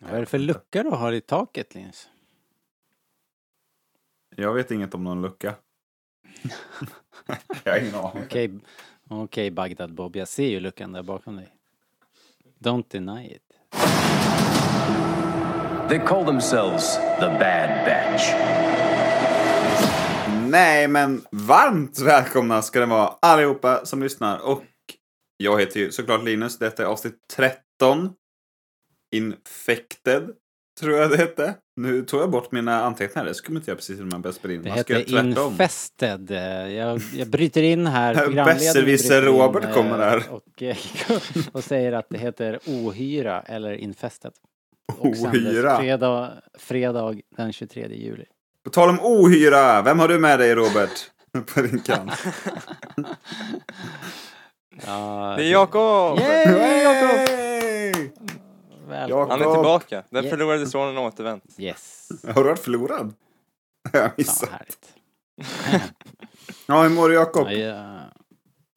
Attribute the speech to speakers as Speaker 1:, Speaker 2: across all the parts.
Speaker 1: Vad är det för lucka du har i taket, Linus?
Speaker 2: Jag vet inget om någon lucka. jag har ingen aning.
Speaker 1: Okej, okej, Bagdad Bob, jag ser ju luckan där bakom dig. Don't deny it.
Speaker 3: They call themselves the Bad Batch.
Speaker 2: Nej, men varmt välkomna ska det vara allihopa som lyssnar. Och jag heter ju såklart Linus. Detta är avsnitt 13. Infected, tror jag det hette. Nu tog jag bort mina anteckningar. Det skulle inte jag precis innan jag började spela in.
Speaker 1: Det
Speaker 2: Man ska
Speaker 1: hette
Speaker 2: göra tvärtom.
Speaker 1: Infested. Eh, Jag, jag bryter in här.
Speaker 2: Herr
Speaker 1: programledaren
Speaker 2: besserwisser
Speaker 1: bryter in,
Speaker 2: Robert
Speaker 1: eh,
Speaker 2: kommer här.
Speaker 1: Och, eh, och säger att det heter Ohyra eller Infested. Och sändes
Speaker 2: Ohyra.
Speaker 1: Fredag, fredag den 23 juli.
Speaker 2: På tal om ohyra, vem har du med dig Robert? På din kant.
Speaker 1: Ja,
Speaker 4: Det är Jakob!
Speaker 1: Yay, Jakob!
Speaker 2: Hey!
Speaker 1: Välkommen.
Speaker 4: Han är
Speaker 2: Jakob.
Speaker 4: tillbaka. Den
Speaker 1: Yeah.
Speaker 4: förlorade sonen återvänt.
Speaker 1: Yes.
Speaker 2: Har du varit förlorad? Jag
Speaker 1: Ja,
Speaker 2: missade.
Speaker 1: härligt.
Speaker 2: Ja, hur mår du Jakob?
Speaker 1: Ja, ja.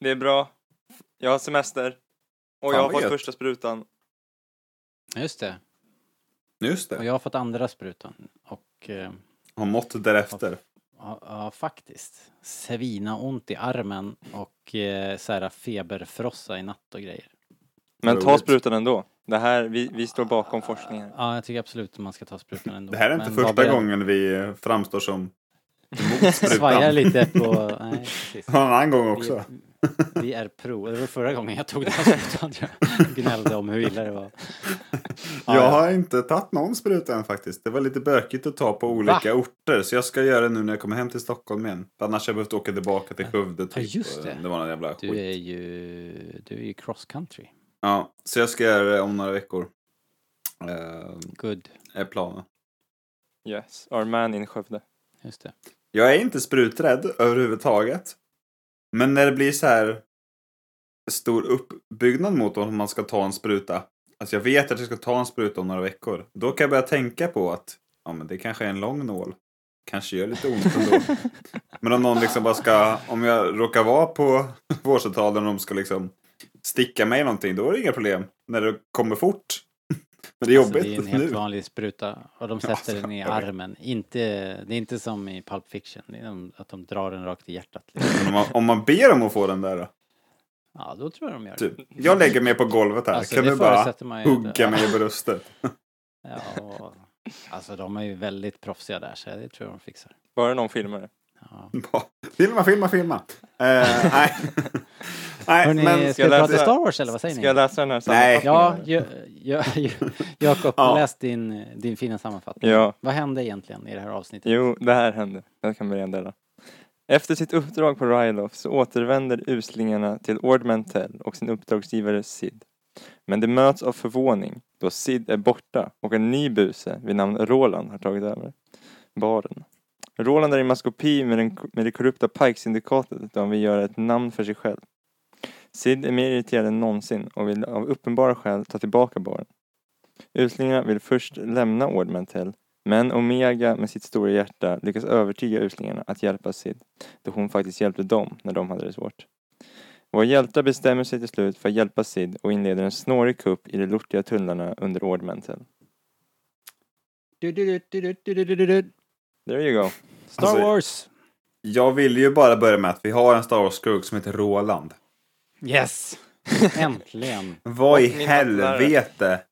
Speaker 4: Det är bra. Jag har semester. Och
Speaker 2: Fan,
Speaker 4: jag har
Speaker 2: vad
Speaker 4: fått
Speaker 2: gött.
Speaker 4: första sprutan.
Speaker 1: Just det.
Speaker 2: Just
Speaker 1: Och
Speaker 2: det.
Speaker 1: jag har fått andra sprutan. Och eh,
Speaker 2: Har mått därefter.
Speaker 1: ja, ja, faktiskt. Svina ont i armen och eh, så här feberfrossa i natt och grejer.
Speaker 4: Men ta
Speaker 2: Roligt.
Speaker 4: sprutan ändå. Det här, vi, vi står bakom forskningen.
Speaker 1: Ja, jag tycker absolut att man ska ta sprutan ändå.
Speaker 2: Det här är inte
Speaker 1: Men var
Speaker 2: första
Speaker 1: beredd.
Speaker 2: gången vi eh, framstår som
Speaker 1: Svajar
Speaker 2: sprutan.
Speaker 1: lite på... Nej, precis.
Speaker 2: En annan gång också.
Speaker 1: Vi, vi är pro. Det var förra gången jag tog den här sprutan. tror Jag gnällde om hur illa det var. Ja,
Speaker 2: Jag
Speaker 1: ja.
Speaker 2: har inte tagit någon spruta än faktiskt. Det var lite bökigt att ta på olika orter. Så jag ska göra det nu när jag kommer hem till Stockholm igen. Annars har jag behövt åka tillbaka till Skövde. Typ.
Speaker 1: Ja, just det.
Speaker 2: Och det var någon jävla
Speaker 1: Du
Speaker 2: skit.
Speaker 1: är ju... Du är ju cross country.
Speaker 2: Ja, så jag ska göra det om några veckor. Eh,
Speaker 1: Good.
Speaker 2: är planen.
Speaker 4: Yes, our man in Skövde.
Speaker 1: Just det.
Speaker 2: Jag är inte spruträdd överhuvudtaget. Men när det blir så här stor uppbyggnad mot om man ska ta en spruta. Alltså jag vet att jag ska ta en spruta om några veckor. Då kan jag börja tänka på att ja, men det kanske är en lång nål. Kanske gör lite ont ändå. men om någon liksom bara ska, om jag råkar vara på vårdcentralen och de ska liksom sticka mig i någonting, då är det inga problem. När det kommer fort. men det är
Speaker 1: Alltså,
Speaker 2: jobbigt
Speaker 1: det är en helt
Speaker 2: nu. alltså.
Speaker 1: vanlig spruta. Och de sätter den i
Speaker 2: jag vet.
Speaker 1: armen. Inte, det är inte som i Pulp Fiction. Det är de, att de drar den rakt i hjärtat. Liksom.
Speaker 2: Men Om man, om man ber om att få den där då?
Speaker 1: Ja, då tror jag de gör det.
Speaker 2: Typ, jag lägger mig på golvet här.
Speaker 1: Alltså,
Speaker 2: kan
Speaker 1: det
Speaker 2: du bara
Speaker 1: förutsätter man ju inte.
Speaker 2: hugga mig i bröstet?
Speaker 1: Ja, och- alltså de är ju väldigt proffsiga där, så det tror jag de fixar.
Speaker 4: Bara någon filmar det.
Speaker 1: Ja.
Speaker 2: Bara, filma, filma, filma. Eh, nej. nej,
Speaker 1: Hörrni,
Speaker 2: men
Speaker 1: ska vi
Speaker 4: jag
Speaker 1: prata
Speaker 4: läsa-
Speaker 1: Star Wars eller vad säger
Speaker 4: Ska
Speaker 1: ni?
Speaker 4: jag läsa den här
Speaker 2: Nej.
Speaker 1: Ja,
Speaker 4: sammanfattningen?
Speaker 1: ja, ja, ja, Jakob,
Speaker 2: Ja.
Speaker 1: läs din, din fina sammanfattning.
Speaker 4: Ja.
Speaker 1: Vad hände egentligen i det här avsnittet?
Speaker 4: Jo, det här hände. Jag kan börja dela. Efter sitt uppdrag på Ryloff så återvänder uslingarna till Ord Mantell och sin uppdragsgivare Sid. Men de möts av förvåning då Sid är borta och en ny buse vid namn Roland har tagit över baren. Roland är i maskopi med, den, med det korrupta Pike-syndikatet då han vill göra ett namn för sig själv. Sid är mer irriterad än någonsin och vill av uppenbara skäl ta tillbaka baren. Uslingarna vill först lämna Ord Mantell men Omega med sitt stora hjärta lyckas övertyga uslingarna att hjälpa Sid, då hon faktiskt hjälpte dem när de hade det svårt. Våra hjältar bestämmer sig till slut för att hjälpa Sid och inleder en snårig kupp i de lortiga tunnlarna under Ordmental.
Speaker 1: Du, du, du, du, du, du, du, du, du.
Speaker 4: There you go.
Speaker 1: Star
Speaker 2: Alltså-
Speaker 1: Wars!
Speaker 2: jag ville ju bara börja med att vi har en Star Wars-skurk som heter Roland.
Speaker 1: Yes! Äntligen!
Speaker 2: Vad i
Speaker 4: Och min hattlärare.
Speaker 2: helvete?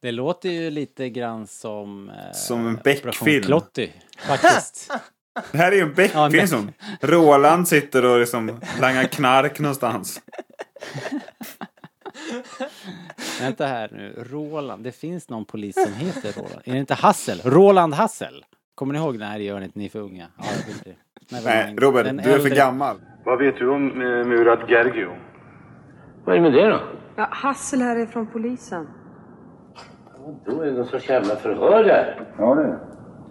Speaker 1: Det låter ju lite grann som... Eh,
Speaker 2: Som en
Speaker 1: Operation
Speaker 2: Beck-film.
Speaker 1: Clotty, faktiskt.
Speaker 2: Det här är ju en
Speaker 1: Ja, men-
Speaker 2: Beck-film. som Roland sitter och liksom langar knark någonstans.
Speaker 1: Vänta här nu, Roland. Det finns någon polis som heter Roland. Är det inte Hassel? Roland Hassel? Kommer ni ihåg? Nej, det gör ni inte. Ni är för unga. Ja, det vill bli.
Speaker 2: Nej, Robert, du är för gammal.
Speaker 5: Vad vet du om eh, Murat Gergio?
Speaker 3: Vad är det med det då?
Speaker 6: Ja, Hassel här är från polisen.
Speaker 3: Då är det någon sorts jävla förhör där.
Speaker 5: Ja, det.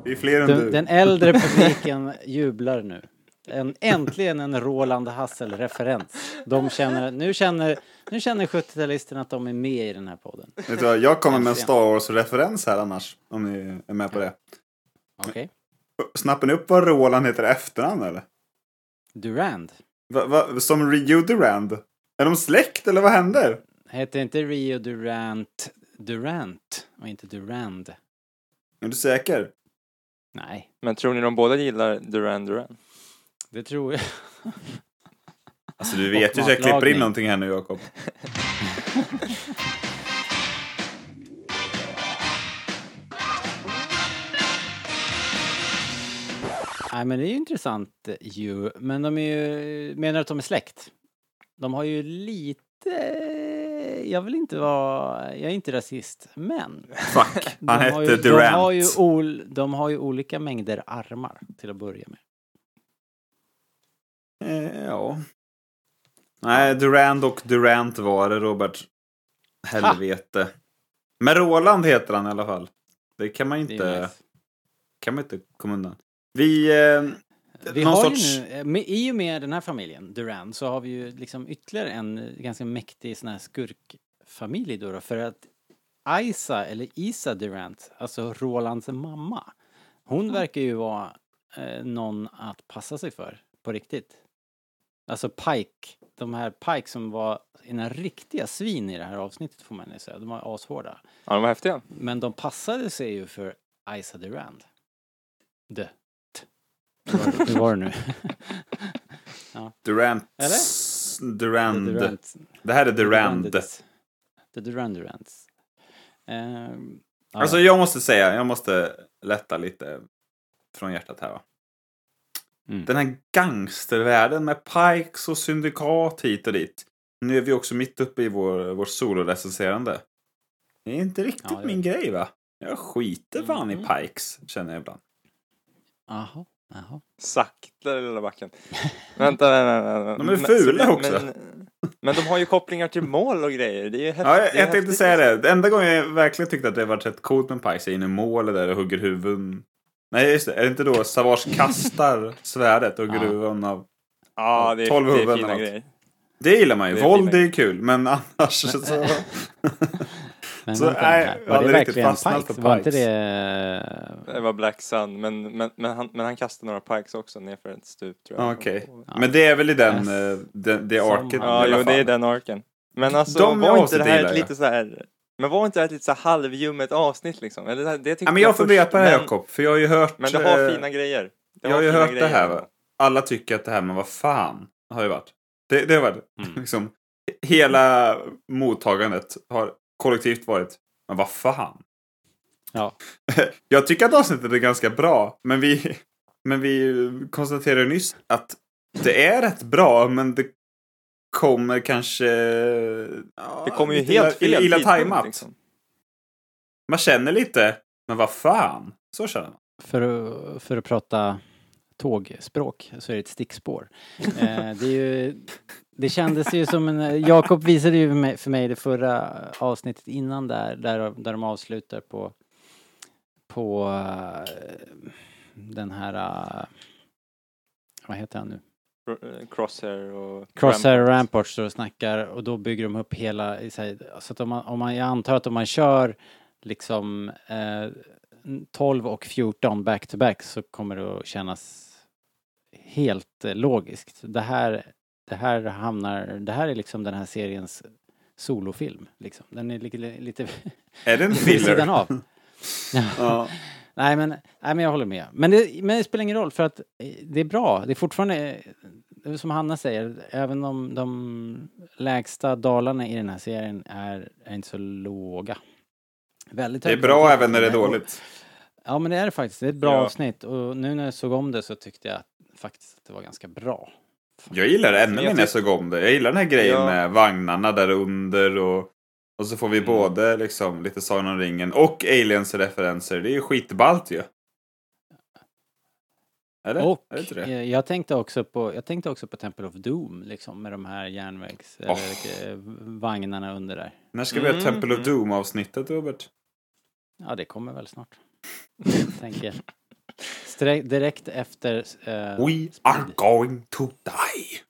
Speaker 2: Det är fler än
Speaker 1: Den,
Speaker 2: du.
Speaker 1: den äldre publiken jublar nu. En, äntligen en Roland Hassel-referens. De känner, nu känner, nu känner 70-talisterna att de är med i den här podden.
Speaker 2: Vet du vad, jag kommer med en Star Wars-referens här annars. Om ni är med på det.
Speaker 1: Okej?
Speaker 2: Snappar ni upp vad Roland heter i efternamn eller?
Speaker 1: Durand.
Speaker 2: Va, va, som Rio Durand? Är de släkt eller vad händer?
Speaker 1: Heter inte Rio Durant Durant? och inte Durand.
Speaker 2: Är du säker?
Speaker 1: Nej,
Speaker 4: Men tror ni de båda gillar Duran Duran?
Speaker 1: det tror jag.
Speaker 2: Alltså du vet ju
Speaker 1: Och
Speaker 2: att jag klipper in
Speaker 1: matlagning.
Speaker 2: någonting här nu Jakob.
Speaker 1: Nej, men det är ju intressant eh, ju. Men de är ju... Menar du att de är släkt? De har ju lite... Jag vill inte vara... Jag är inte rasist, men...
Speaker 2: Fuck,
Speaker 1: de
Speaker 2: han
Speaker 1: har ju-
Speaker 2: hette Durant.
Speaker 1: De har, ju ol, de har ju olika mängder armar till att börja med.
Speaker 2: Eh, ja. Nej, Durand och Durant var det, Robert. Helvete. Men Roland heter han i alla fall. Det kan man ju
Speaker 1: Det är ju
Speaker 2: inte,
Speaker 1: nice.
Speaker 2: kan man inte komma undan. Vi... Eh,
Speaker 1: Vi
Speaker 2: någon
Speaker 1: har
Speaker 2: sorts-
Speaker 1: ju nu, eh, med, i och med den här familjen, Duran, så har vi ju liksom ytterligare en eh, ganska mäktig sån här skurkfamilj då, då för att Isa, eller Isa Durant, alltså Rolands mamma, hon verkar ju vara eh, någon att passa sig för, på riktigt. Alltså Pike, de här Pike som var sina riktiga svin i det här avsnittet får man ju säga, de var ashårda.
Speaker 4: Ja, de var häftiga.
Speaker 1: Men de passade sig ju för Isa Durand. De. T. Hur var det nu?
Speaker 2: Durant. Durand. Det här är Durand.
Speaker 1: The Durand Durants. Ehm, ja,
Speaker 2: Alltså jag måste säga, jag måste lätta lite från hjärtat här va.
Speaker 1: Mm.
Speaker 2: Den här gangstervärlden med pikes och syndikat hit och dit. Nu är vi också mitt uppe i vår, vår solorecenserande. Det är inte riktigt
Speaker 1: Ja, det är
Speaker 2: min grej va? Jag skiter fan
Speaker 1: Mhm.
Speaker 4: Mm-hmm.
Speaker 2: i pikes, känner jag ibland.
Speaker 1: Jaha, jaha.
Speaker 4: Sakta lilla backen. vänta, vänta, vänta, vänta.
Speaker 2: De är fula också.
Speaker 4: Men, men de har ju kopplingar till mål och grejer. Det är ju häftigt.
Speaker 2: Ja,
Speaker 4: det
Speaker 2: jag,
Speaker 4: är
Speaker 2: jag tänkte
Speaker 4: häftigt.
Speaker 2: säga det. Det enda gången jag verkligen tyckte att det varit rätt coolt med pikes är inne i målet där och hugger huvuden. Nej just det, är det inte då Savage kastar svärdet och hugger
Speaker 1: Ja.
Speaker 2: huvuden av
Speaker 4: Ja, det är,
Speaker 2: Tolv
Speaker 4: det är
Speaker 2: huvuden
Speaker 4: fina
Speaker 2: eller något.
Speaker 4: grejer.
Speaker 2: Det gillar man ju.
Speaker 4: Det
Speaker 2: Våld
Speaker 4: gillar
Speaker 2: är ju kul, men annars så...
Speaker 1: Men
Speaker 2: Så,
Speaker 1: vänta nu
Speaker 2: nej,
Speaker 1: här,
Speaker 2: jag har
Speaker 1: var det
Speaker 2: aldrig riktigt
Speaker 1: verkligen
Speaker 2: fastnat
Speaker 1: Pikes?
Speaker 2: för
Speaker 1: Var inte
Speaker 2: Pikes.
Speaker 1: det... eh,
Speaker 4: Det var Black Sun, men, men, men, han, men han kastade några pikes också nerför ett stup tror jag.
Speaker 2: Ja, Ah, Okej. Men det är väl i den, eh, den det
Speaker 1: Som
Speaker 2: arket
Speaker 1: han-
Speaker 4: Ja,
Speaker 2: i alla
Speaker 4: jo, det är
Speaker 2: fall.
Speaker 4: den arken. Men alltså,
Speaker 2: De
Speaker 4: var inte
Speaker 2: avsnitt
Speaker 4: det här
Speaker 2: gillar
Speaker 4: ett
Speaker 2: jag.
Speaker 4: lite så här... Men var inte det här ett lite så här halvljummet avsnitt liksom? Eller det, här- det tyckte
Speaker 2: Ja, men jag får
Speaker 4: först,
Speaker 2: be på det här
Speaker 4: men-
Speaker 2: Jakob, för jag har ju hört...
Speaker 4: Men det har
Speaker 2: eh,
Speaker 4: fina grejer. Det
Speaker 2: jag har ju
Speaker 4: fina
Speaker 2: hört det
Speaker 4: grejer.
Speaker 2: här, va? Alla tycker att det här, men vad fan, har ju varit. Det, det har varit
Speaker 1: Mm.
Speaker 2: liksom... Hela mottagandet har kollektivt varit, men vad fan.
Speaker 1: Ja.
Speaker 2: Jag tycker att avsnittet är ganska bra, men vi, men vi konstaterade nyss att det är rätt bra, men det kommer kanske... ja,
Speaker 4: Det kommer ju
Speaker 2: lite
Speaker 4: helt fel
Speaker 2: illa, illa
Speaker 4: tidpunkt,
Speaker 2: tajmat.
Speaker 4: liksom.
Speaker 2: Man känner lite, men vad fan. Så känner man.
Speaker 1: För att, för att prata tågspråk så är det ett stickspår. eh, det, är ju, det kändes ju som en... eh, Jakob visade ju för mig, för mig det förra avsnittet innan där, där, där de avslutar på, på eh, den här... eh, Vad heter han nu?
Speaker 4: Ro- eh, Crosshair och...
Speaker 1: Crosshair och
Speaker 4: Rampart.
Speaker 1: Rampart står och snackar och då bygger de upp hela, i så här- så att om man, om man, jag antar att om man kör liksom eh, 12 och 14 back to back så kommer det att kännas helt eh, logiskt. Det här, det här hamnar, det här är liksom den här seriens solofilm liksom. Den är lite, lite
Speaker 2: Är det en
Speaker 1: vid sidan
Speaker 2: filler?
Speaker 1: av.
Speaker 2: ja.
Speaker 1: Nej men, nej men jag håller med. Men det, men det spelar ingen roll för att eh, det är bra. Det är fortfarande, eh, som Hanna säger, även om de lägsta dalarna i den här serien är, är inte så låga. Väldigt
Speaker 2: Det är
Speaker 1: hög
Speaker 2: bra
Speaker 1: kvalitet.
Speaker 2: även när det är
Speaker 1: Men- och-
Speaker 2: dåligt.
Speaker 1: Ja men det är det faktiskt. Det är ett bra
Speaker 4: Ja.
Speaker 1: avsnitt och nu när jag såg om det så tyckte jag att, faktiskt att det var ganska bra.
Speaker 2: Jag gillar det ännu
Speaker 4: Men
Speaker 2: mer
Speaker 4: jag
Speaker 2: när jag
Speaker 4: tyck-
Speaker 2: såg om det. Jag gillar den här grejen
Speaker 4: Ja.
Speaker 2: med vagnarna där under och, och så får vi både liksom lite Sagan om ringen och aliens-referenser. Det är ju skitballt ju. Eller?
Speaker 1: Och
Speaker 2: är det inte det?
Speaker 1: eh, jag tänkte också på, jag tänkte också på Temple of Doom liksom med de här järnvägs,
Speaker 2: Åh.
Speaker 1: eller, eh, vagnarna under där.
Speaker 2: När ska vi ha
Speaker 4: Mm,
Speaker 2: Temple of
Speaker 4: mm.
Speaker 2: Doom-avsnittet, Robert?
Speaker 1: Ja, det kommer väl snart. Tänker jag. Stre- direkt efter... eh,
Speaker 2: We are going to die!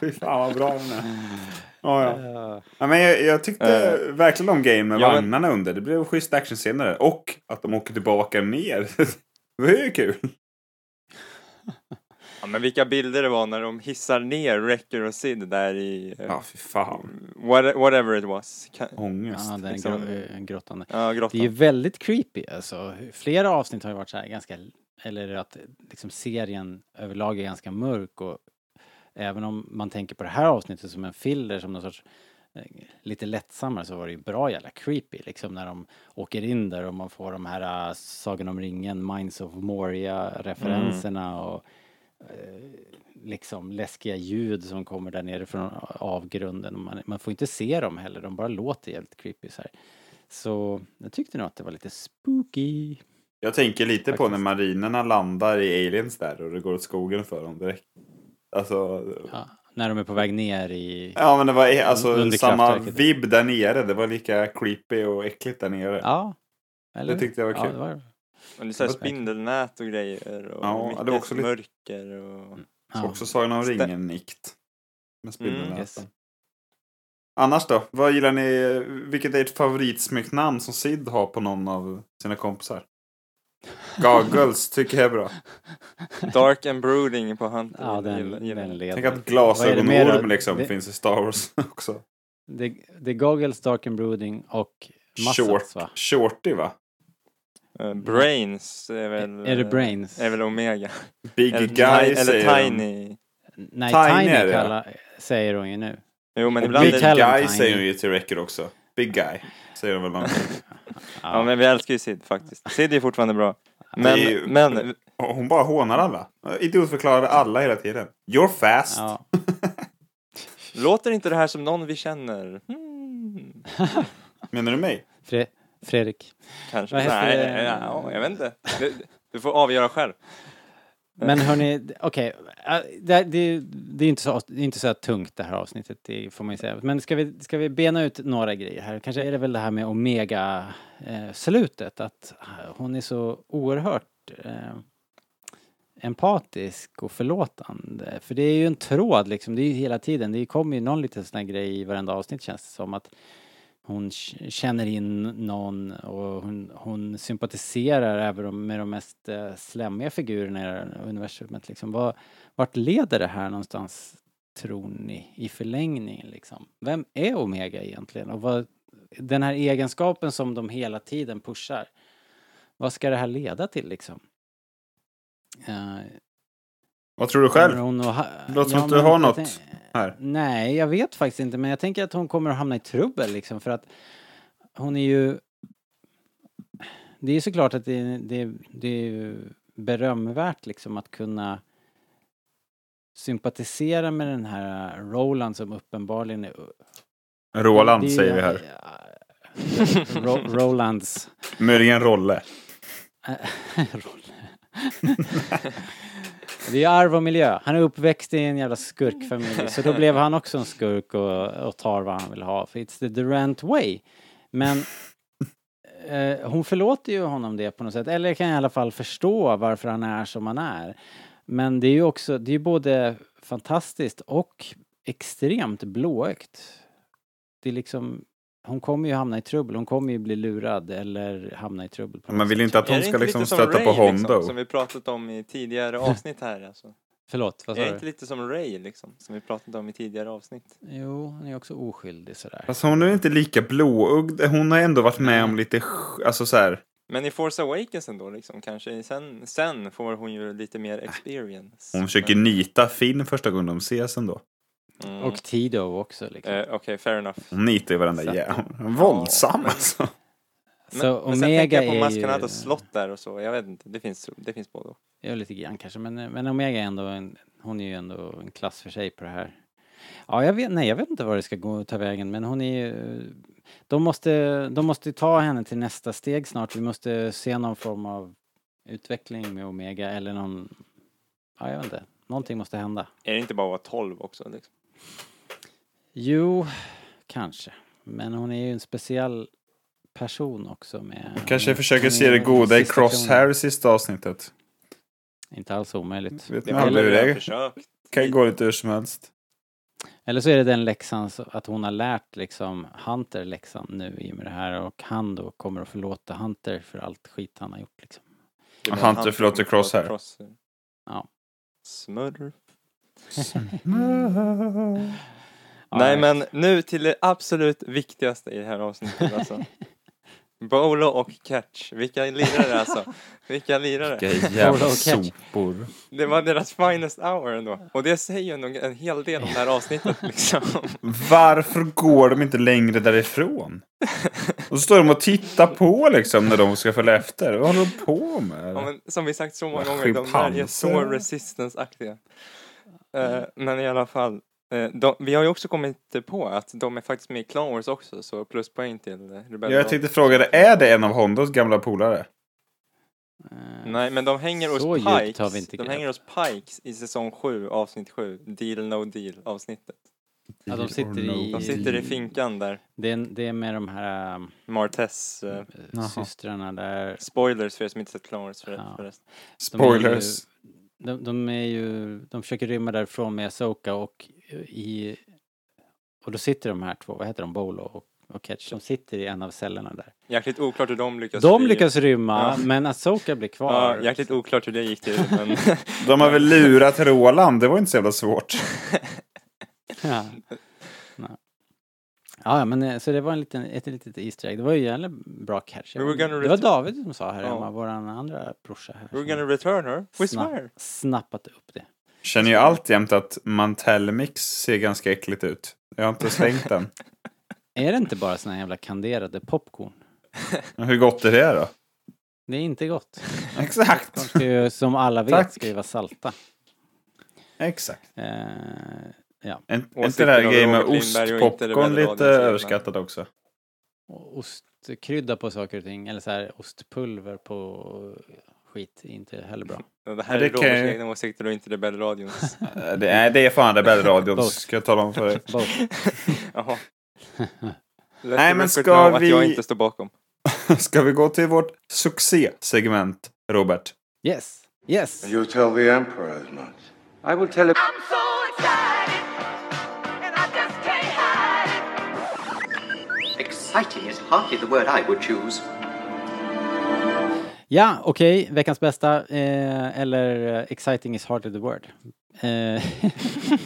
Speaker 2: Fy fan vad bra den är. Ja, ja.
Speaker 1: eh,
Speaker 2: Ja, men jag, jag tyckte verkligen om grejen med
Speaker 4: ja, men-
Speaker 2: vagnarna under. Det blev schyssta actionscener där. Och att de åker tillbaka ner. Det är ju kul.
Speaker 4: Ja, men vilka bilder det var när de hissar ner Wrecker och Sid där i... eh,
Speaker 2: Ja, fy fan.
Speaker 4: What, whatever it was. Ka-
Speaker 2: Ångest.
Speaker 1: Ja, den
Speaker 4: liksom.
Speaker 1: gro- eh, grottan.
Speaker 4: Ja, grottan.
Speaker 1: Det är ju väldigt creepy alltså. Flera avsnitt har ju varit så här ganska, eller att liksom serien överlag är ganska mörk och även om man tänker på det här avsnittet som en filler som någon sorts eh, lite lättsammare så var det ju bra jävla creepy liksom när de åker in där och man får de här uh, Sagan om ringen, Minds of Moria referenserna och liksom läskiga ljud som kommer där nere från avgrunden. Och Man, man får inte se dem heller, de bara låter helt creepy så här. Så jag tyckte nog att det var lite spooky.
Speaker 2: Jag tänker lite på
Speaker 1: Faktiskt.
Speaker 2: när marinerna landar i aliens där och det går åt skogen för dem direkt. Alltså,
Speaker 1: Ja, när de är på väg ner i...
Speaker 2: ja men det var alltså
Speaker 1: Under
Speaker 2: samma
Speaker 1: kraftverket.
Speaker 2: vibb där nere. Det var lika creepy och äckligt där nere.
Speaker 1: Ja. Eller?
Speaker 2: Det tyckte jag var
Speaker 1: ja,
Speaker 2: kul.
Speaker 1: det var,
Speaker 4: Och det är så här spindelnät och grejer. Och
Speaker 2: Ja, det var
Speaker 4: mycket
Speaker 2: också lite- Mm.
Speaker 4: mörker och...
Speaker 2: Så
Speaker 1: ja.
Speaker 2: Också Sagan om
Speaker 4: Stä-
Speaker 2: ringen-nikt. Med spindelnäten.
Speaker 4: Mm,
Speaker 1: yes.
Speaker 2: Annars då? Vad gillar ni? Vilket är ert favoritsmeknamn som Sid har på någon av sina kompisar? Goggles tycker jag är bra.
Speaker 4: Dark and brooding på Hunter.
Speaker 1: Ja, den,
Speaker 4: Gillar- gillar.
Speaker 1: den leder.
Speaker 2: Tänk att
Speaker 1: Vad är det mer då?
Speaker 2: glasögonorm liksom
Speaker 1: Det-
Speaker 2: finns i Star Wars också.
Speaker 1: Det, det är Goggles, Dark and Brooding och Mussets va?
Speaker 2: Short, shorty va?
Speaker 4: Eh, Brains är väl...
Speaker 1: Är det Brains?
Speaker 4: eh, Är väl Omega.
Speaker 2: Big
Speaker 4: Eller,
Speaker 2: guy
Speaker 4: ti-
Speaker 2: säger
Speaker 4: eller
Speaker 2: de.
Speaker 4: Tiny.
Speaker 1: Nej,
Speaker 2: Tiny
Speaker 1: Tiny,
Speaker 2: är det, ja.
Speaker 1: kallar, säger hon ju nu.
Speaker 4: Jo, men
Speaker 1: Och
Speaker 4: ibland...
Speaker 2: Big
Speaker 4: Är,
Speaker 1: Tell him
Speaker 2: guy
Speaker 1: Tiny.
Speaker 2: säger hon ju till Record också. Big guy säger de väl någon gång.
Speaker 4: ja, men vi älskar ju Sid faktiskt. Sid är fortfarande bra. Men,
Speaker 2: är ju-
Speaker 4: men
Speaker 2: Och Hon bara hånar alla. Idiotförklarade alla hela tiden. You're fast.
Speaker 1: Ja.
Speaker 4: låter inte det här som någon vi känner? Hmm,
Speaker 2: Menar du mig?
Speaker 1: Fre- Fredrik.
Speaker 4: kanske.
Speaker 1: Vad heter
Speaker 4: Nej,
Speaker 1: det?
Speaker 4: ja, jag vet inte. Du, du får avgöra själv.
Speaker 1: Men hörni, d- okej. äh, Det, det, det är inte så, det är inte så här tungt det här avsnittet, det får man ju säga. Men ska vi, ska vi bena ut några grejer här? Kanske är det väl det här med Omega-slutet, att eh, hon är så oerhört eh, empatisk och förlåtande. För det är ju en tråd liksom, det är ju hela tiden. Det kommer ju någon liten sån här grej i varenda avsnitt känns det som. Att hon k- känner in någon och hon, hon sympatiserar även om- med de mest eh, slemmiga figurerna i det här universumet. Liksom. Vad, vart leder det här någonstans, tror ni, i förlängningen? Liksom? Vem är Omega egentligen? Och vad, den här egenskapen som de hela tiden pushar, vad ska det här leda till liksom? Eh,
Speaker 2: Vad tror du själv?
Speaker 1: kommer hon att ha-
Speaker 2: Låter som att du
Speaker 1: men
Speaker 2: har
Speaker 1: jag
Speaker 2: något
Speaker 1: tänk-
Speaker 2: här.
Speaker 1: Nej, jag vet faktiskt inte, men jag tänker att hon kommer att hamna i trubbel liksom för att hon är ju... Det är ju såklart att det, det, det är ju berömvärt liksom att kunna sympatisera med den här äh, Roland som uppenbarligen är... Det är
Speaker 2: Roland
Speaker 1: ju- äh,
Speaker 2: säger vi här.
Speaker 1: Ro, Rolands... äh,
Speaker 2: Möjligen Rolle.
Speaker 1: roll. Det är arv och miljö. Han är uppväxt i en jävla skurkfamilj. Så då blev han också en skurk och, och tar vad han vill ha. För it's the Durant way. Men eh, hon förlåter ju honom det på något sätt. Eller kan i alla fall förstå varför han är som han är. Men det är ju också, det är ju både fantastiskt och extremt blåögt. Det är liksom, hon kommer ju hamna i trubbel. Hon kommer ju bli lurad eller hamna i trubbel. på något
Speaker 2: Man vill ju
Speaker 1: sätt.
Speaker 2: inte att
Speaker 4: Är
Speaker 2: hon
Speaker 4: det
Speaker 2: ska
Speaker 4: inte
Speaker 2: liksom
Speaker 4: lite som
Speaker 2: stöta
Speaker 4: Ray,
Speaker 2: på Hondo.
Speaker 4: Liksom, som vi pratat om i tidigare avsnitt här. Alltså.
Speaker 1: Förlåt, vad
Speaker 4: Är
Speaker 1: sa
Speaker 4: det
Speaker 1: du?
Speaker 4: inte lite som Ray, liksom, som vi pratat om i tidigare avsnitt?
Speaker 1: Jo, han är också oskyldig sådär.
Speaker 2: Alltså hon är inte lika blåögd. Hon har ändå varit med om lite, sj- alltså så här.
Speaker 4: Men i Force Awakens ändå, liksom, kanske. Sen, sen får hon ju lite mer experience.
Speaker 2: Hon försöker
Speaker 4: Men-
Speaker 2: nita Finn första gången de ses ändå.
Speaker 4: Mm.
Speaker 1: Och Tido också liksom.
Speaker 4: Eh, Okej, fair enough.
Speaker 2: Hon nitar ju varenda
Speaker 1: Så.
Speaker 2: jävel. Våldsam alltså.
Speaker 1: så
Speaker 4: Men, men sen tänker
Speaker 1: Omega
Speaker 4: jag på
Speaker 1: är ju...
Speaker 4: Maskanatos slott där och så. Jag vet inte, det finns, det finns både och.
Speaker 1: Ja, lite grann kanske. Men, men Omega är ändå en, hon är ju ändå en klass för sig på det här. Ja, jag vet, nej, jag vet inte var det ska gå ta vägen, men hon är ju... De måste, de måste ta henne till nästa steg snart. Vi måste se någon form av utveckling med Omega eller någon... Ja, jag vet inte. Någonting måste hända.
Speaker 4: Är det inte bara att vara 12 också? Liksom?
Speaker 1: Jo, kanske. Men hon är ju en speciell person också med...
Speaker 2: Kanske
Speaker 1: med-
Speaker 2: försöker
Speaker 1: hon
Speaker 2: se
Speaker 1: är
Speaker 2: det goda i
Speaker 1: sista
Speaker 2: Crosshair i sista avsnittet.
Speaker 1: personen. Inte alls omöjligt.
Speaker 2: Vet ni
Speaker 1: var
Speaker 2: aldrig hur det
Speaker 4: jag
Speaker 2: är.
Speaker 4: försökt.
Speaker 2: kan ju gå lite hur som helst.
Speaker 1: Eller så är det den läxan, så- att hon har lärt liksom Hunter läxan nu i och med det här och han då kommer att förlåta Hunter för allt skit han har gjort liksom.
Speaker 4: Det är
Speaker 2: Hunter
Speaker 4: Hunter
Speaker 2: förlåter
Speaker 4: som
Speaker 2: Cross här.
Speaker 4: Cross.
Speaker 1: Ja.
Speaker 4: Smurf. Nej
Speaker 1: right.
Speaker 4: men nu till det absolut viktigaste i det här avsnittet alltså. Bolo och Catch, vilka lirare alltså. Vilka lirare.
Speaker 2: Vilka
Speaker 1: Polo
Speaker 2: jävla
Speaker 1: och catch.
Speaker 2: sopor.
Speaker 4: Det var deras finest hour ändå. Och det säger ju nog en hel del om det här avsnittet liksom.
Speaker 2: Varför går de inte längre därifrån? Och så står de och tittar på liksom när de ska följa efter. Vad håller de på
Speaker 4: Ja,
Speaker 2: med?
Speaker 4: men, som vi sagt så många
Speaker 2: Ja,
Speaker 4: gånger, de där är så
Speaker 2: schimpanser.
Speaker 4: resistance-aktiga. Eh, men i alla fall. eh, de, vi har ju också kommit på att de är faktiskt med i Clone Wars också, så pluspoäng till eh,
Speaker 2: Ja,
Speaker 4: Rebell
Speaker 2: jag tänkte fråga dig, är det en av Hondas gamla polare?
Speaker 1: Eh,
Speaker 4: Nej, men de hänger
Speaker 1: Så
Speaker 4: hos
Speaker 1: djupt har
Speaker 4: Pikes.
Speaker 1: vi inte
Speaker 4: de
Speaker 1: grävt.
Speaker 4: hänger hos Pikes i säsong 7, avsnitt 7. Deal no deal avsnittet.
Speaker 1: Ja, de sitter i-
Speaker 4: De sitter i finkan där.
Speaker 1: det, är, det är med de här ehm,
Speaker 4: Martess. eh,
Speaker 2: Jaha.
Speaker 1: systrarna där.
Speaker 4: spoilers för er som inte sett Clone Wars för,
Speaker 1: Ja.
Speaker 4: förresten.
Speaker 2: Spoilers.
Speaker 1: De, de är ju, de försöker rymma därifrån med Asoka och i, och då sitter de här två, vad heter de, Bolo och, och Ketch, de sitter i en av cellerna där.
Speaker 4: Jäkligt oklart hur de lyckas
Speaker 1: De
Speaker 4: fly.
Speaker 1: lyckas rymma,
Speaker 4: Ja.
Speaker 1: men Asoka blir
Speaker 4: Ja,
Speaker 1: kvar.
Speaker 4: jäkligt oklart hur det gick till. Men
Speaker 2: De har väl lurat Roland, det var inte så jävla svårt.
Speaker 1: Ja. Nej. Ja, men eh, så det var en liten, ett litet Easter egg. Det var ju jävla bra catch.
Speaker 4: We were gonna
Speaker 1: Det var
Speaker 4: return-
Speaker 1: David som sa här
Speaker 4: Ja.
Speaker 1: hemma, våran andra brorsa här.
Speaker 4: we're
Speaker 1: som
Speaker 4: gonna return her, we swear.
Speaker 1: snappat upp det.
Speaker 2: Känner ju alltjämt att Mantelmix ser ganska äckligt ut. Jag har inte slängt den.
Speaker 1: Är det inte bara såna här jävla kanderade popcorn?
Speaker 2: Men Hur gott är det då?
Speaker 1: Det är inte gott. De
Speaker 2: Exakt.
Speaker 1: ska ju, som alla vet,
Speaker 2: Tack.
Speaker 1: ska ju vara salta.
Speaker 2: Exakt.
Speaker 1: Eh, ja,
Speaker 2: Är inte- är inte
Speaker 4: Åsikten
Speaker 2: det här
Speaker 4: om
Speaker 2: grejen med
Speaker 4: Robert Lindberg och inte
Speaker 2: ostpopcorn
Speaker 4: Rebellradion
Speaker 2: lite
Speaker 4: så jävla-
Speaker 2: överskattad också?
Speaker 1: och ostkrydda på saker och ting, eller så här ostpulver på skit, är inte heller bra.
Speaker 4: Det
Speaker 2: Ja,
Speaker 4: här
Speaker 2: det
Speaker 4: är Roberts
Speaker 2: kan ju-
Speaker 4: egna åsikter och inte Rebellradions.
Speaker 2: Eh, Det är, det är fan Rebellradion,
Speaker 1: Both.
Speaker 2: ska jag tala om för dig.
Speaker 1: Both.
Speaker 4: Jaha. Let
Speaker 2: Nej,
Speaker 4: the
Speaker 2: men
Speaker 4: record
Speaker 2: ska
Speaker 4: know att jag
Speaker 2: vi-
Speaker 4: inte står bakom.
Speaker 2: Ska vi gå till vårt succésegment, Robert?
Speaker 1: Yes, yes!
Speaker 7: You tell the Emperor as much.
Speaker 8: I will tell him.
Speaker 9: I'm so excited, and I just can't hide it.
Speaker 8: Exciting is hardly the word I would choose.
Speaker 1: Ja, okej. Veckans bästa. Eh, eller eh, exciting is hardly the word. Eh,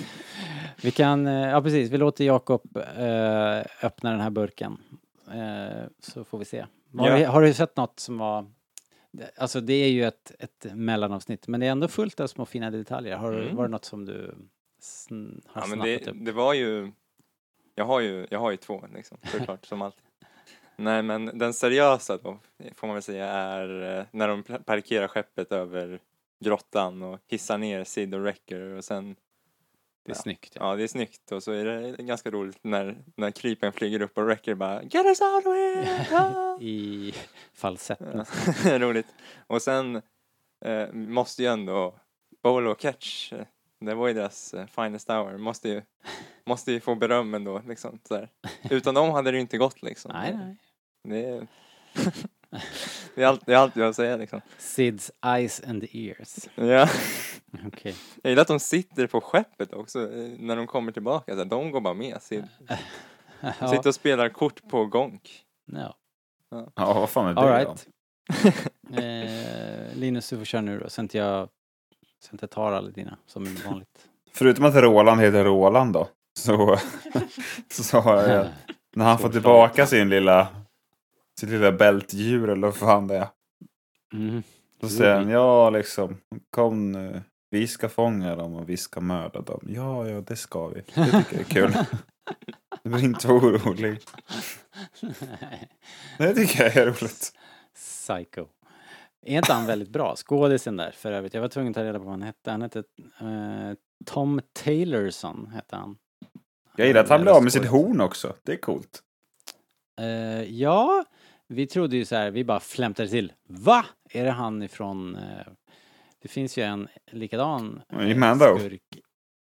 Speaker 1: vi kan, eh, ja precis, vi låter Jakob eh, öppna den här burken. Eh, så får vi se. Har,
Speaker 4: Ja.
Speaker 1: du, har du sett något som var, alltså det är ju ett, ett mellanavsnitt, men det är ändå fullt av små fina detaljer. Har du,
Speaker 4: Mm.
Speaker 1: var det något som du sn- har
Speaker 4: Ja, men
Speaker 1: snappat
Speaker 4: det,
Speaker 1: upp?
Speaker 4: det var ju... Jag har ju, jag har ju två, liksom, såklart, som alltid. Nej, men den seriösa då, får man väl säga, är eh, när de pla- parkerar skeppet över grottan och hissar ner Sid och Wrecker och sen,
Speaker 1: Det är snyggt. Ja.
Speaker 4: ja det är snyggt och så är det ganska roligt när, när krypen flyger upp och Wrecker bara Get us out of here! Ah!
Speaker 1: I falsett.
Speaker 4: Ja, Alltså, Roligt. Och sen eh, måste ju ändå Bolo och Catch, eh, det var ju deras eh, finest hour, måste ju, måste ju få beröm ändå. Liksom, så här. Utan dem hade det ju inte gått liksom.
Speaker 1: Nej, nej.
Speaker 4: Det är, det är, allt, det är allt jag vill säga liksom.
Speaker 1: Sids eyes and ears.
Speaker 4: Ja.
Speaker 1: Okej.
Speaker 4: Jag gillar att de sitter på skeppet också eh, när de kommer tillbaka. Så här, de går bara med. Sid. De sitter och spelar kort på Gonk.
Speaker 1: Ja.
Speaker 2: Ja, vad fan är det
Speaker 1: All
Speaker 2: då?
Speaker 1: right. eh, Linus, du får köra nu då, så inte jag, så inte jag tar alla dina som vanligt.
Speaker 2: Förutom att Roland heter Roland då, så, så har jag, när han får tillbaka sin lilla, sitt lilla bältdjur eller vad fan det är.
Speaker 1: Mm.
Speaker 2: Då säger han, ja liksom, kom nu. Vi ska fånga dem och vi ska mörda dem. Ja, ja, det ska vi. Det tycker jag är kul. Du behöver inte vara orolig. Det tycker jag är roligt.
Speaker 1: Psycho. Är inte han väldigt bra? Skådisen där för övrigt. Jag var tvungen att ta reda på vad han hette. Han hette eh, Tom Taylorson hette han.
Speaker 2: Jag gillar att han blir av med sitt
Speaker 1: Skådis.
Speaker 2: horn också. Det är coolt.
Speaker 1: Eh, ja, vi trodde ju så här, vi bara flämtade till. Va? Är det han ifrån... eh, det finns ju en likadan
Speaker 2: I
Speaker 1: eh,
Speaker 2: Mando?
Speaker 1: skurk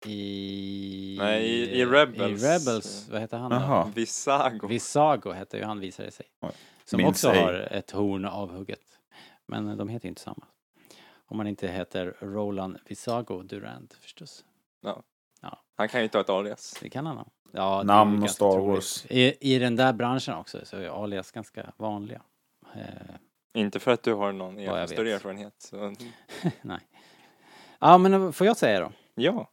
Speaker 1: i...
Speaker 4: Nej, i- i Rebels.
Speaker 1: I Rebels, vad heter han då?
Speaker 2: Jaha.
Speaker 4: Visago.
Speaker 1: Visago hette ju han visade sig.
Speaker 2: Oj,
Speaker 1: Som
Speaker 2: minns
Speaker 1: också
Speaker 2: ej.
Speaker 1: har ett horn avhugget. Men eh, de heter ju inte samma. Om man inte heter Roland Visago Durant förstås.
Speaker 4: Han kan ju ta ett alias.
Speaker 1: Det kan han ha. Ja, det är
Speaker 2: Namn
Speaker 1: ju
Speaker 2: och
Speaker 1: ganska
Speaker 2: Star
Speaker 1: troligt.
Speaker 2: Wars.
Speaker 1: I, I den där branschen också så är alias ganska vanliga. Eh,
Speaker 4: Inte för att du har någon
Speaker 1: jag
Speaker 4: er- större
Speaker 1: vet.
Speaker 4: erfarenhet. Så,
Speaker 1: Nej. Ja, men eh, får jag säga då?
Speaker 4: ja.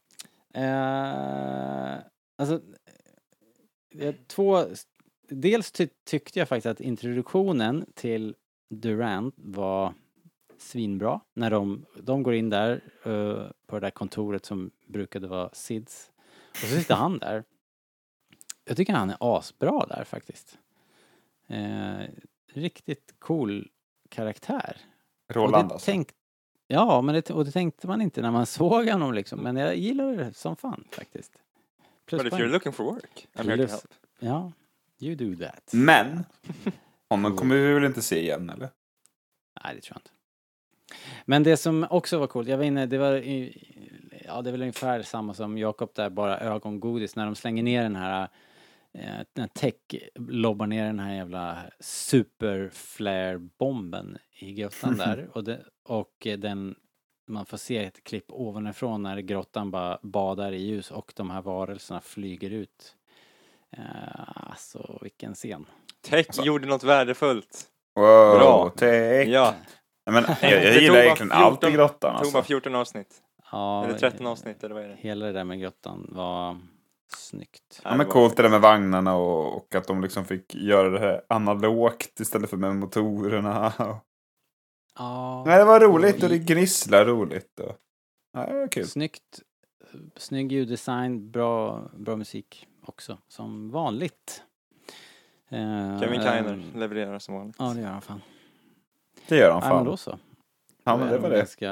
Speaker 1: Eh, alltså, jag, två... Dels ty, tyckte jag faktiskt att introduktionen till Durant var svinbra. När de, de går in där eh, på det där kontoret som brukade vara Sids. Och så sitter han där. Jag tycker han är asbra där faktiskt. Eh, riktigt cool karaktär.
Speaker 2: Roland
Speaker 1: och det
Speaker 2: alltså.
Speaker 1: tänk, Ja, men det, och det tänkte man inte när man såg honom liksom. Men jag gillar det som fan faktiskt.
Speaker 4: But if
Speaker 1: Pluspoäng.
Speaker 4: you're looking for work, I'm here to
Speaker 1: Plus-
Speaker 4: help.
Speaker 1: Ja, you do that.
Speaker 2: Men honom kommer vi väl inte se igen eller?
Speaker 1: Nej, det tror jag inte. Men det som också var coolt, jag var inne, det var i- ja, det är väl ungefär samma som Jakob där, bara ögongodis när de slänger ner den här eh, när Tech lobbar ner den här jävla superflare-bomben i grottan där. Och, det, och eh, den, man får se ett klipp ovanifrån när grottan bara badar i ljus och de här varelserna flyger ut. Eh, alltså, vilken scen.
Speaker 4: Tech
Speaker 2: Alltså-
Speaker 4: gjorde något värdefullt.
Speaker 2: Wow,
Speaker 4: Bra.
Speaker 2: Take.
Speaker 4: Ja,
Speaker 2: Men, jag, jag
Speaker 4: Det tog
Speaker 2: gillar
Speaker 4: bara
Speaker 2: egentligen allt i
Speaker 4: 14
Speaker 2: grottan
Speaker 4: tog bara
Speaker 2: alltså.
Speaker 4: 14 avsnitt.
Speaker 1: Ja,
Speaker 4: Eller 13 avsnitt, eller vad är det?
Speaker 1: Hela det där med grottan var snyggt.
Speaker 2: Ja, men coolt det där med vagnarna och, och att de liksom fick göra det här analogt istället för med motorerna.
Speaker 1: Ja,
Speaker 2: Nej, det var roligt och det gnisslar roligt. Och... Ja, det var kul.
Speaker 1: snyggt. Snygg ljuddesign, bra, bra musik också, som vanligt. Eh,
Speaker 4: Kevin
Speaker 1: eh,
Speaker 4: Kiner levererar som vanligt.
Speaker 1: Ja, det gör han fan.
Speaker 2: Det gör han
Speaker 1: Nej, men då
Speaker 2: fan.
Speaker 1: så.
Speaker 2: Ja,
Speaker 1: Då
Speaker 2: men
Speaker 1: är
Speaker 2: det
Speaker 1: de
Speaker 2: var det.
Speaker 1: Ganska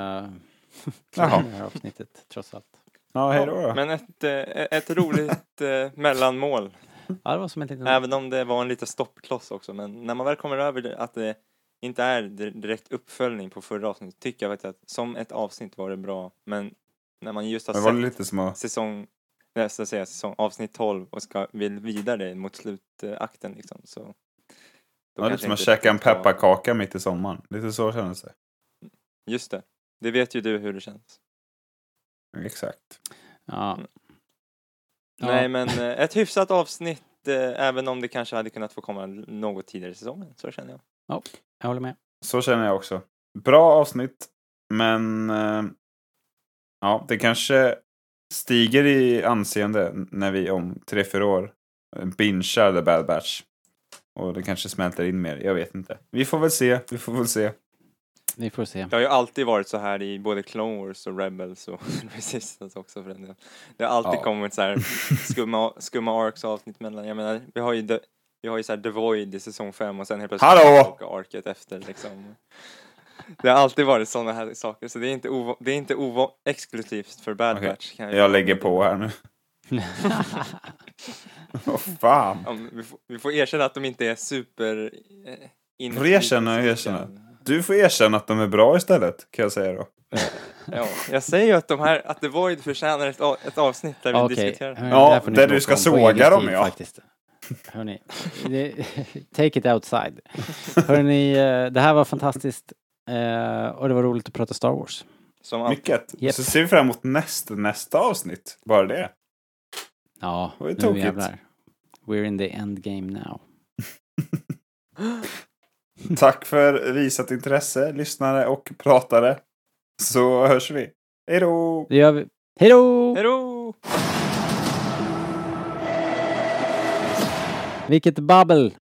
Speaker 2: Jaha.
Speaker 1: klara med det här avsnittet, trots allt.
Speaker 2: Ja, hej då.
Speaker 4: Men ett, eh, ett roligt eh, mellanmål.
Speaker 1: Ja, det var som en liten...
Speaker 4: Även om det var en liten stoppkloss också. Men när man väl kommer över det, att det inte är dir- direkt uppföljning på förra avsnittet tycker jag faktiskt att som ett avsnitt var det bra. Men när man just har
Speaker 2: Det var
Speaker 4: sett
Speaker 2: lite små...
Speaker 4: säsong, nej, så att säga, säsong, avsnitt 12 och ska, vill vidare mot slutakten liksom så. då
Speaker 2: Det var lite
Speaker 4: kanske
Speaker 2: som att
Speaker 4: inte
Speaker 2: käka en
Speaker 4: riktigt var-
Speaker 2: pepparkaka mitt i sommaren. Lite så kändes det.
Speaker 4: Just det. Det vet ju du hur det känns.
Speaker 2: Exakt.
Speaker 1: Ja. Ja.
Speaker 4: Nej men eh, ett hyfsat avsnitt eh, även om det kanske hade kunnat få komma något tidigare i säsongen. Så känner jag.
Speaker 1: Jag håller med.
Speaker 2: Så känner jag också. Bra avsnitt, men... eh, Ja, det kanske stiger i anseende när vi om tre, fyra år eh, bingear The Bad Batch. Och det kanske smälter in mer, jag vet inte. Vi får väl se, vi får väl se.
Speaker 1: Vi får se.
Speaker 4: Det har ju alltid varit så här i både Clone Wars och Rebels och Resistance också för den delen. Det har alltid
Speaker 2: Ja.
Speaker 4: kommit så här skumma, skumma arcs avsnitt mellan. Jag menar, vi har ju, de, vi har ju så här The Void i säsong 5 och sen helt plötsligt
Speaker 2: Hallå!
Speaker 4: åka arket efter liksom. Det har alltid varit sådana här saker så det är inte, ova- det är inte ova- exklusivt för Bad
Speaker 2: Okej,
Speaker 4: Batch. Kan
Speaker 2: Jag lägger på här nu. Vad fan.
Speaker 4: Ja, men vi, får, vi får erkänna att de inte är super... Eh, in-
Speaker 2: Får erkänna, erkänna. Du får erkänna att de är bra istället, kan jag säga då.
Speaker 4: Ja, jag säger ju att de här, att The Void förtjänar ett, a- ett avsnitt där vi
Speaker 1: Okej.
Speaker 4: diskuterar.
Speaker 1: hörni,
Speaker 2: Ja,
Speaker 1: det här får ni
Speaker 2: där du
Speaker 1: bråka
Speaker 2: ska
Speaker 1: om på egen
Speaker 2: såga dem,
Speaker 1: tid,
Speaker 2: ja.
Speaker 1: Faktiskt. Hörni, det- take it outside. Hörni, eh, det här var fantastiskt eh, och det var roligt att prata Star Wars.
Speaker 4: Som alltid.
Speaker 2: Mycket.
Speaker 1: Japp.
Speaker 2: Så ser vi fram emot nästa, nästa avsnitt. Bara det.
Speaker 1: Ja,
Speaker 2: Det var ju
Speaker 1: nu
Speaker 2: tokigt.
Speaker 1: jävlar. We're in the end game now.
Speaker 2: Tack för visat intresse, lyssnare och pratare. Så hörs vi. Hej då!
Speaker 1: Det gör vi. Hej då!
Speaker 4: Hejdå!
Speaker 1: Vilket babbel!